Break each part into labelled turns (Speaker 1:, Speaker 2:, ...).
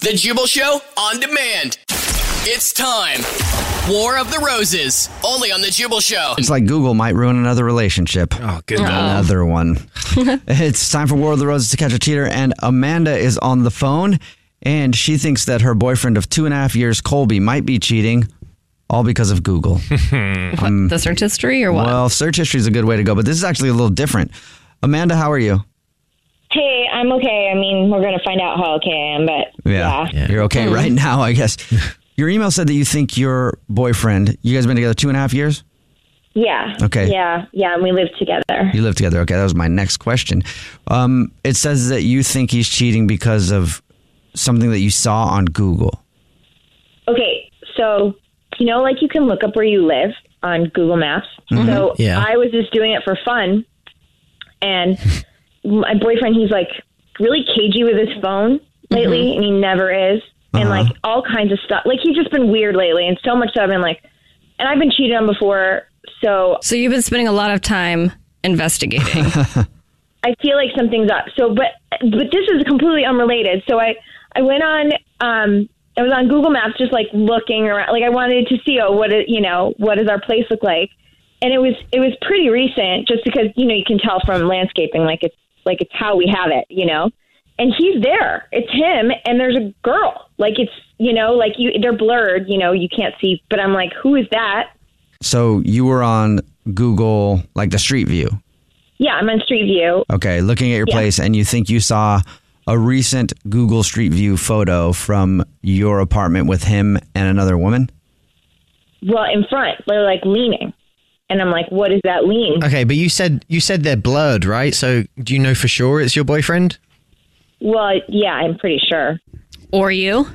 Speaker 1: The Jubal Show on demand. It's time. War of the Roses, only on The Jubal Show.
Speaker 2: It's like Google might ruin another relationship.
Speaker 3: Oh, good lord.
Speaker 2: Another one. it's time for War of the Roses to catch a cheater, and Amanda is on the phone, and she thinks that her boyfriend of two and a half years, Colby, might be cheating, all because of Google.
Speaker 4: the search history or what?
Speaker 2: Well, search history is a good way to go, but this is actually a little different. Amanda, how are you?
Speaker 5: Hey, I'm okay. I mean, we're gonna find out how okay I am, but yeah,
Speaker 2: You're okay right now, I guess. Your email said that you think your boyfriend, you guys been together two and a half years?
Speaker 5: yeah,
Speaker 2: Okay.
Speaker 5: yeah, yeah. And we live together.
Speaker 2: You live together. Okay, that was my next question. Um, it says that you think he's cheating because of something that you saw on Google.
Speaker 5: Okay, so you know, like you can look up where you live on Google Maps. So
Speaker 3: Yeah.
Speaker 5: I was just doing it for fun, and my boyfriend, he's like really cagey with his phone lately, and he never is, and like all kinds of stuff. Like he's just been weird lately, and so much so I've been like, and I've been cheated on before, so
Speaker 4: so you've been spending a lot of time investigating.
Speaker 5: I feel like something's up. So, but but this is completely unrelated. So I I went on um I was on Google Maps just like looking around, like I wanted to see oh what it, you know what does our place look like, and it was it was pretty recent just because you know you can tell from landscaping like it's like it's how we have it you know, and he's there it's him and there's a girl like it's you know like you they're blurred you know you can't see but I'm like who is that
Speaker 2: So you were on Google, like the street view,
Speaker 5: yeah I'm on Street View
Speaker 2: okay, looking at your place, and you think you saw a recent Google Street View photo from your apartment with him and another woman.
Speaker 5: well in front they're like leaning, and I'm like what is that lean
Speaker 3: Okay, but you said you said they're blurred, right? So do you know for sure it's your boyfriend?
Speaker 5: well yeah I'm pretty sure.
Speaker 4: or you?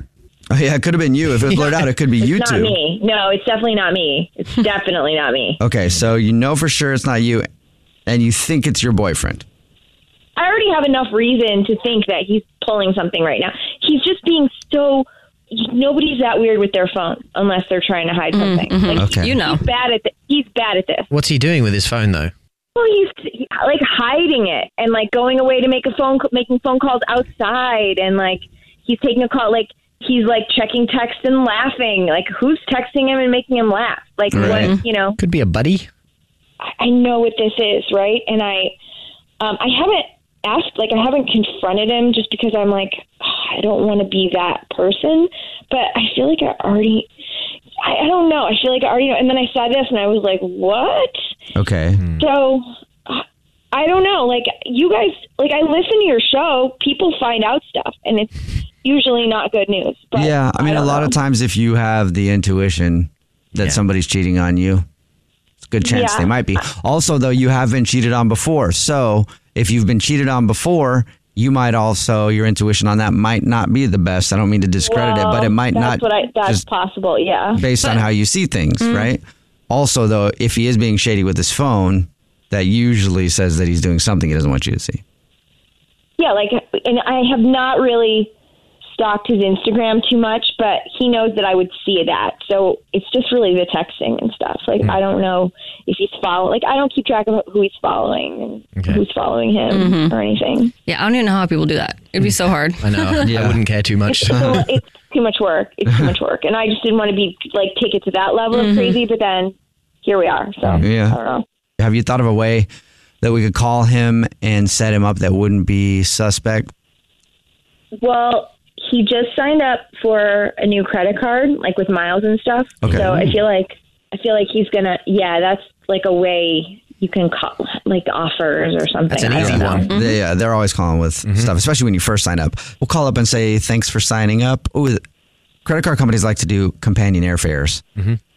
Speaker 2: Oh, yeah, it could have been you. If it blurred out, it could be you
Speaker 5: Not
Speaker 2: two.
Speaker 5: me. No, it's definitely not me. It's definitely not me.
Speaker 2: Okay, so you know for sure it's not you, and you think it's your boyfriend.
Speaker 5: I already have enough reason to think that he's pulling something right now. He's just being so. Nobody's that weird with their phone unless they're trying to hide something. Like,
Speaker 2: Okay.
Speaker 4: You know.
Speaker 5: He's bad at th- he's bad at this.
Speaker 3: What's he doing with his phone though?
Speaker 5: Well, he's he- like hiding it and like going away to make a phone c- making phone calls outside and like he's taking a call like he's like checking text and laughing like who's texting him and making him laugh like
Speaker 2: Right.
Speaker 5: what you know
Speaker 3: Could be a buddy.
Speaker 5: I know what this is, right? And I, um, I haven't asked, like, I haven't confronted him just because I'm like, "Ugh, I don't want to be that person. But I feel like I already, I, I don't know. I feel like I already know. And then I saw this and I was like, what?
Speaker 2: Okay.
Speaker 5: So uh, I don't know. Like, you guys, like, I listen to your show, people find out stuff, and it's usually not good news. But
Speaker 2: yeah, I mean, a
Speaker 5: don't
Speaker 2: lot
Speaker 5: know.
Speaker 2: of times if you have the intuition that somebody's cheating on you, it's a good chance
Speaker 5: Yeah.
Speaker 2: they might be. Also, though, you have been cheated on before. So if you've been cheated on before, you might also, your intuition on that might not be the best. I don't mean to discredit it, but it
Speaker 5: Well,
Speaker 2: might
Speaker 5: that's
Speaker 2: not
Speaker 5: What I, that's Mm.
Speaker 2: just
Speaker 5: possible, yeah.
Speaker 2: based on
Speaker 4: But-
Speaker 2: how you see things, right? Also, though, if he is being shady with his phone, that usually says that he's doing something he doesn't want you to see.
Speaker 5: Yeah, like, and I have not really stalked his Instagram too much, but he knows that I would see that. So it's just really the texting and stuff. Like
Speaker 3: Mm.
Speaker 5: I don't know if he's follow. Like I don't keep track of who he's following and
Speaker 3: Okay.
Speaker 5: who's following him or anything.
Speaker 4: Yeah, I don't even know how people do that. It'd be so hard.
Speaker 3: I know. I wouldn't care too much.
Speaker 5: So it's too much work. It's too much work, and I just didn't want to be like take it to that level of crazy. But then here we are. So
Speaker 3: Mm.
Speaker 2: Yeah.
Speaker 5: I don't know.
Speaker 2: Have you thought of a way that we could call him and set him up that wouldn't be suspect?
Speaker 5: Well, he just signed up for a new credit card, like with miles and stuff.
Speaker 2: Okay.
Speaker 5: So I feel like I feel like he's gonna. Yeah, that's like a way you can call, like offers or something.
Speaker 3: That's an
Speaker 5: I don't
Speaker 3: easy
Speaker 5: know.
Speaker 3: one. Mm-hmm.
Speaker 2: They, uh, they're always calling with stuff, especially when you first sign up. We'll call up and say, thanks for signing up. Ooh, th- credit card companies like to do companion airfares.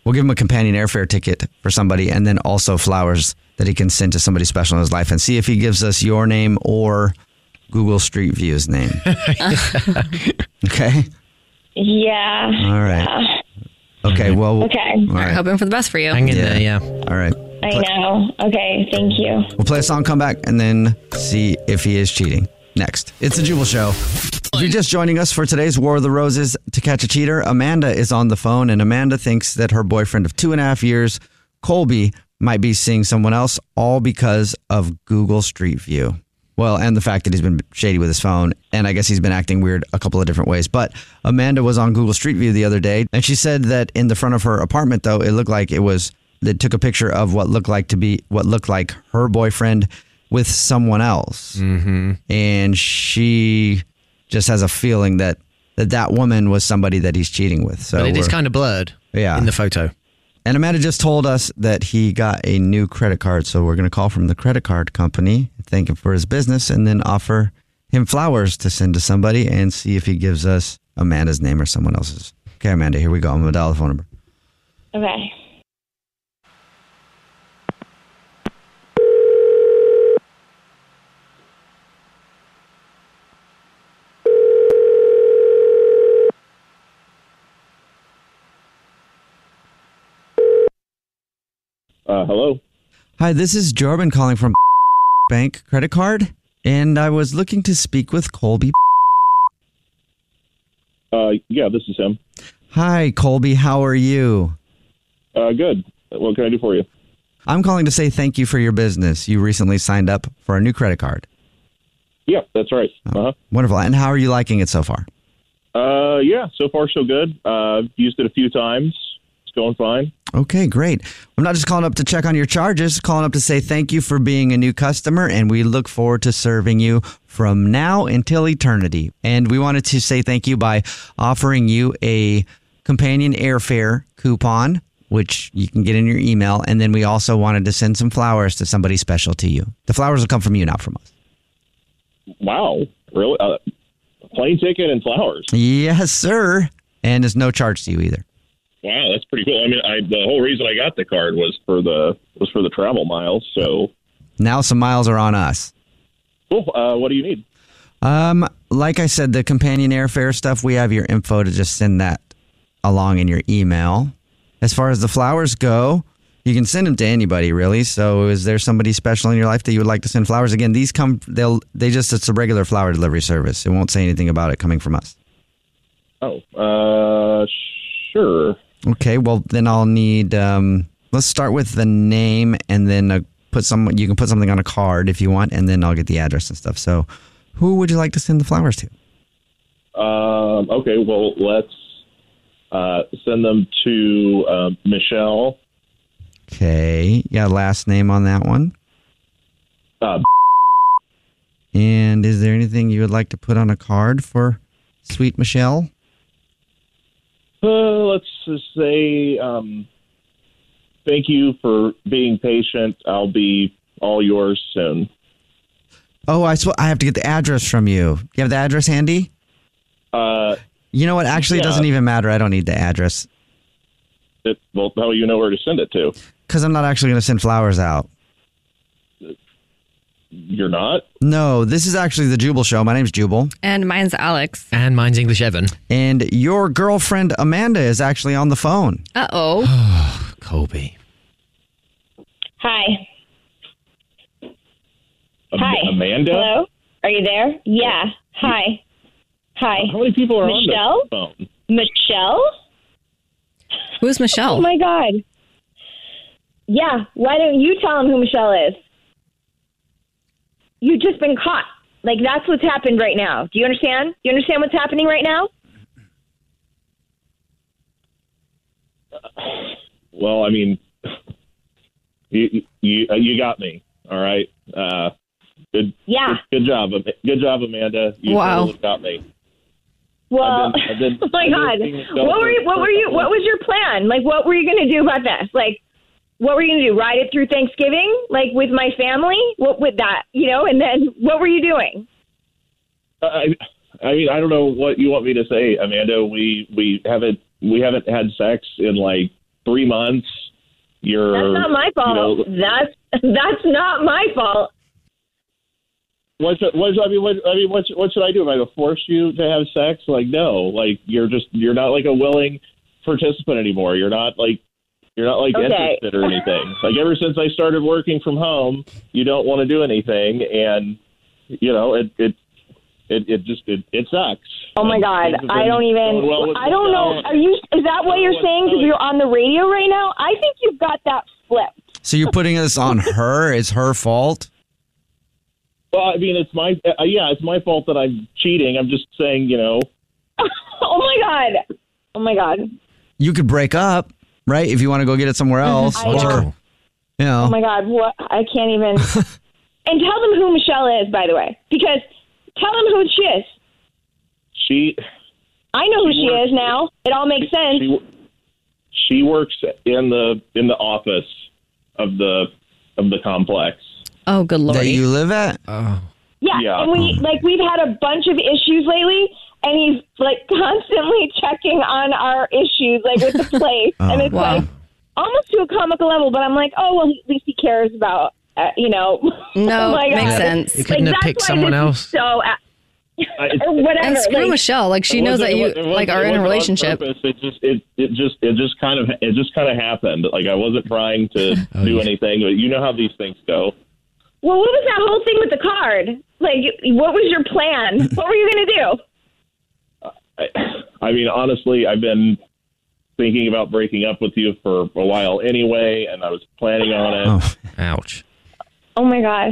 Speaker 2: We'll give him a companion airfare ticket for somebody and then also flowers that he can send to somebody special in his life and see if he gives us your name or Google Street View's name. okay.
Speaker 5: Yeah.
Speaker 2: All right. Okay. Well,
Speaker 5: Okay.
Speaker 2: All right.
Speaker 4: Hoping for the best for you.
Speaker 3: Hang in
Speaker 2: Yeah.
Speaker 3: there, yeah.
Speaker 2: All right.
Speaker 5: I know. Okay. Thank you.
Speaker 2: We'll play a song, come back, and then see if he is cheating. Next, it's the Jubal Show. If you're just joining us for today's War of the Roses to catch a cheater, Amanda is on the phone, and Amanda thinks that her boyfriend of two and a half years, Colby, might be seeing someone else, all because of Google Street View. Well, and the fact that he's been shady with his phone, and I guess he's been acting weird a couple of different ways. But Amanda was on Google Street View the other day, and she said that in the front of her apartment, though, it looked like it was that took a picture of what looked like to be what looked like her boyfriend with someone else and she just has a feeling that that, that woman was somebody that he's cheating with. So
Speaker 3: But it is
Speaker 2: we're-
Speaker 3: kind of blurred
Speaker 2: Yeah.
Speaker 3: in the photo.
Speaker 2: and Amanda just told us that he got a new credit card, so we're going to call from the credit card company, thank him for his business, and then offer him flowers to send to somebody and see if he gives us Amanda's name or someone else's. Okay, Amanda, here we go. I'm going to dial the phone number.
Speaker 5: Okay.
Speaker 6: Uh, hello.
Speaker 2: Hi, this is Jordan calling from Bank Credit Card, and I was looking to speak with Colby.
Speaker 6: Uh, yeah, this is him.
Speaker 2: Hi, Colby. How are you?
Speaker 6: Uh, good. What can I do for you?
Speaker 2: I'm calling to say thank you for your business. You recently signed up for a new credit card.
Speaker 6: Yeah, that's right. Uh-huh.
Speaker 2: Wonderful. And how are you liking it so far?
Speaker 6: Uh, yeah, so far so good. Uh, I've used it a few times. It's going fine.
Speaker 2: Okay, great. I'm not just calling up to check on your charges, calling up to say thank you for being a new customer, and we look forward to serving you from now until eternity. And we wanted to say thank you by offering you a companion airfare coupon, which you can get in your email. And then we also wanted to send some flowers to somebody special to you. The flowers will come from you, not from us.
Speaker 6: Wow, really? Uh, plane ticket and flowers.
Speaker 2: Yes, sir. And there's no charge to you either.
Speaker 6: Wow, that's pretty cool. I mean, I, the whole reason I got the card was for the was for the travel miles. So
Speaker 2: Now some miles are on us.
Speaker 6: cool. Uh, what do you need?
Speaker 2: Um, like I said, the companion airfare stuff, we have your info to just send that along in your email. As far as the flowers go, you can send them to anybody really. So is there somebody special in your life that you would like to send flowers? Again, these come they'll they just it's a regular flower delivery service. It won't say anything about it coming from us.
Speaker 6: Oh, uh, sure.
Speaker 2: Okay, well then I'll need. Um, let's start with the name, and then uh, put some. You can put something on a card if you want, and then I'll get the address and stuff. So, who would you like to send the flowers to?
Speaker 6: Um, okay, well let's uh, send them to uh, Michelle.
Speaker 2: Okay, you got a last name on that one.
Speaker 6: Uh,
Speaker 2: And is there anything you would like to put on a card for Sweet Michelle?
Speaker 6: Uh, let's just say um, thank you for being patient. I'll be all yours soon.
Speaker 2: Oh, I sw- I have to get the address from you. You have the address handy?
Speaker 6: Uh,
Speaker 2: You know what? Actually, it
Speaker 6: Yeah.
Speaker 2: doesn't even matter. I don't need the address
Speaker 6: it, well, how do you know where to send it to?
Speaker 2: because I'm not actually going to send flowers out.
Speaker 6: You're not.
Speaker 2: No, this is actually the Jubal Show. My name's Jubal.
Speaker 4: And mine's Alex.
Speaker 3: And mine's English Evan.
Speaker 2: And your girlfriend Amanda is actually on the phone.
Speaker 4: Uh oh.
Speaker 3: Colby.
Speaker 5: Hi.
Speaker 6: Am-
Speaker 5: Hi.
Speaker 6: Amanda.
Speaker 5: Hello. Are you there? Yeah. Hi. Hi.
Speaker 6: How many people are on
Speaker 5: Michelle?
Speaker 6: the phone?
Speaker 5: Michelle?
Speaker 4: Who's Michelle?
Speaker 5: Oh my God. Yeah, why don't you tell him who Michelle is? You've just been caught. Like, that's what's happened right now. Do you understand? Do you understand what's happening right now?
Speaker 6: Well, I mean, you you uh, you got me. All right. Uh, good.
Speaker 5: Yeah.
Speaker 6: Good, good job. Am- Good job, Amanda. You
Speaker 4: Wow.
Speaker 6: totally got me.
Speaker 5: Well,
Speaker 6: I've been- I've been-
Speaker 5: oh my
Speaker 6: I've been
Speaker 5: God.
Speaker 6: seeing this
Speaker 5: What were you,
Speaker 6: for-
Speaker 5: what
Speaker 6: for
Speaker 5: were
Speaker 6: a
Speaker 5: you,
Speaker 6: couple
Speaker 5: what
Speaker 6: of-
Speaker 5: was your plan? Like, what were you going to do about this? Like, what were you going to do? Ride it through Thanksgiving? Like, with my family? What with that? You know, and then what were you doing?
Speaker 6: I, I mean, I don't know what you want me to say, Amanda. We we haven't we haven't had sex in like three months. You're
Speaker 5: That's not my fault.
Speaker 6: Uh, You know,
Speaker 5: that's, that's not my fault.
Speaker 6: what should, what should- I mean? What I mean? What should, what should I do? Am I gonna force you to have sex? Like no, like you're just you're not like a willing participant anymore. You're not like you're not like
Speaker 5: Okay.
Speaker 6: interested or anything. like ever since I started working from home, you don't want to do anything, and you know it it it, it just it, it sucks.
Speaker 5: Oh my
Speaker 6: And
Speaker 5: God!
Speaker 6: things have
Speaker 5: I
Speaker 6: been
Speaker 5: don't even.
Speaker 6: going well with
Speaker 5: I don't know.
Speaker 6: Michelle.
Speaker 5: Are you? Is that what
Speaker 6: Well,
Speaker 5: you're
Speaker 6: what's
Speaker 5: saying? Because
Speaker 6: going-
Speaker 5: you're on the radio right now. I think you've got that flipped.
Speaker 2: So you're putting this on her? It's her fault?
Speaker 6: Well, I mean, it's my uh, yeah, it's my fault that I'm cheating. I'm just saying, you know,
Speaker 5: Oh my God! Oh my God!
Speaker 2: You could break up, right? If you want to go get it somewhere else.
Speaker 5: I know.
Speaker 2: Or, you know,
Speaker 5: Oh my God! What? I can't even. and tell them who Michelle is, by the way, because tell them who she is.
Speaker 6: she
Speaker 5: I know who
Speaker 6: She
Speaker 5: she
Speaker 6: works-
Speaker 5: is now. It all makes sense.
Speaker 6: she she works in the in the office of the of the complex.
Speaker 4: Oh, good lord.
Speaker 2: that you live at?
Speaker 5: Yeah,
Speaker 6: Yeah.
Speaker 3: Hmm.
Speaker 5: and we like we've had a bunch of issues lately, and he's like constantly checking on our issues, like with the place,
Speaker 3: Oh,
Speaker 5: and it's
Speaker 4: Wow.
Speaker 5: like almost to a comical level. But I'm like, oh well, at least he cares about uh, you know.
Speaker 4: No,
Speaker 5: Oh my
Speaker 4: makes
Speaker 5: God.
Speaker 4: sense.
Speaker 3: You couldn't have
Speaker 5: that's
Speaker 3: picked
Speaker 5: why
Speaker 3: someone
Speaker 5: this is
Speaker 3: else.
Speaker 5: So uh,
Speaker 6: I, it,
Speaker 5: or whatever.
Speaker 4: And screw
Speaker 5: like,
Speaker 4: Michelle. Like she
Speaker 6: it
Speaker 4: knows
Speaker 6: wasn't-
Speaker 4: that
Speaker 6: it
Speaker 4: you
Speaker 6: wasn't- it
Speaker 4: like
Speaker 6: wasn't-
Speaker 4: are in a
Speaker 6: it wasn't on
Speaker 4: relationship.
Speaker 6: purpose. It just it it just it just kind of it just kind of happened. Like I wasn't trying to
Speaker 4: Oh,
Speaker 6: do anything, but you know how these things go.
Speaker 5: well, what was that whole thing with the card? Like, what was your plan? what were you gonna do?
Speaker 6: I, I mean, honestly, I've been thinking about breaking up with you for a while anyway, and I was planning on it.
Speaker 2: Oh,
Speaker 3: Ouch.
Speaker 5: Oh my god.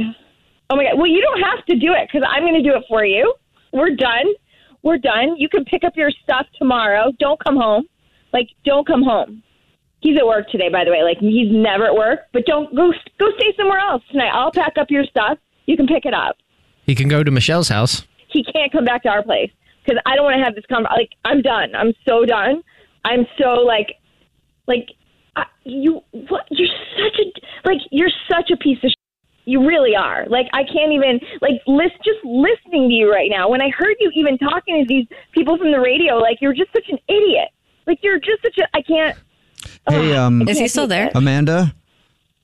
Speaker 5: Oh my god. Well, you don't have to do it because I'm going to do it for you. We're done. We're done. You can pick up your stuff tomorrow. Don't come home. Like, don't come home. He's at work today, by the way. Like, he's never at work. But don't go. Go stay somewhere else tonight. I'll pack up your stuff. You can pick it up.
Speaker 3: He can go to Michelle's house.
Speaker 5: He can't come back to our place because I don't want to have this conversation. Like, I'm done. I'm so done. I'm so like, like, I, you. What? You're such a like. You're such a piece of. You really are. Like I can't even like list just listening to you right now. When I heard you even talking to these people from the radio, like you're just such an idiot. Like you're just such a I can't.
Speaker 2: hey,
Speaker 3: Ah.
Speaker 2: um,
Speaker 4: Is he still there?
Speaker 2: Amanda,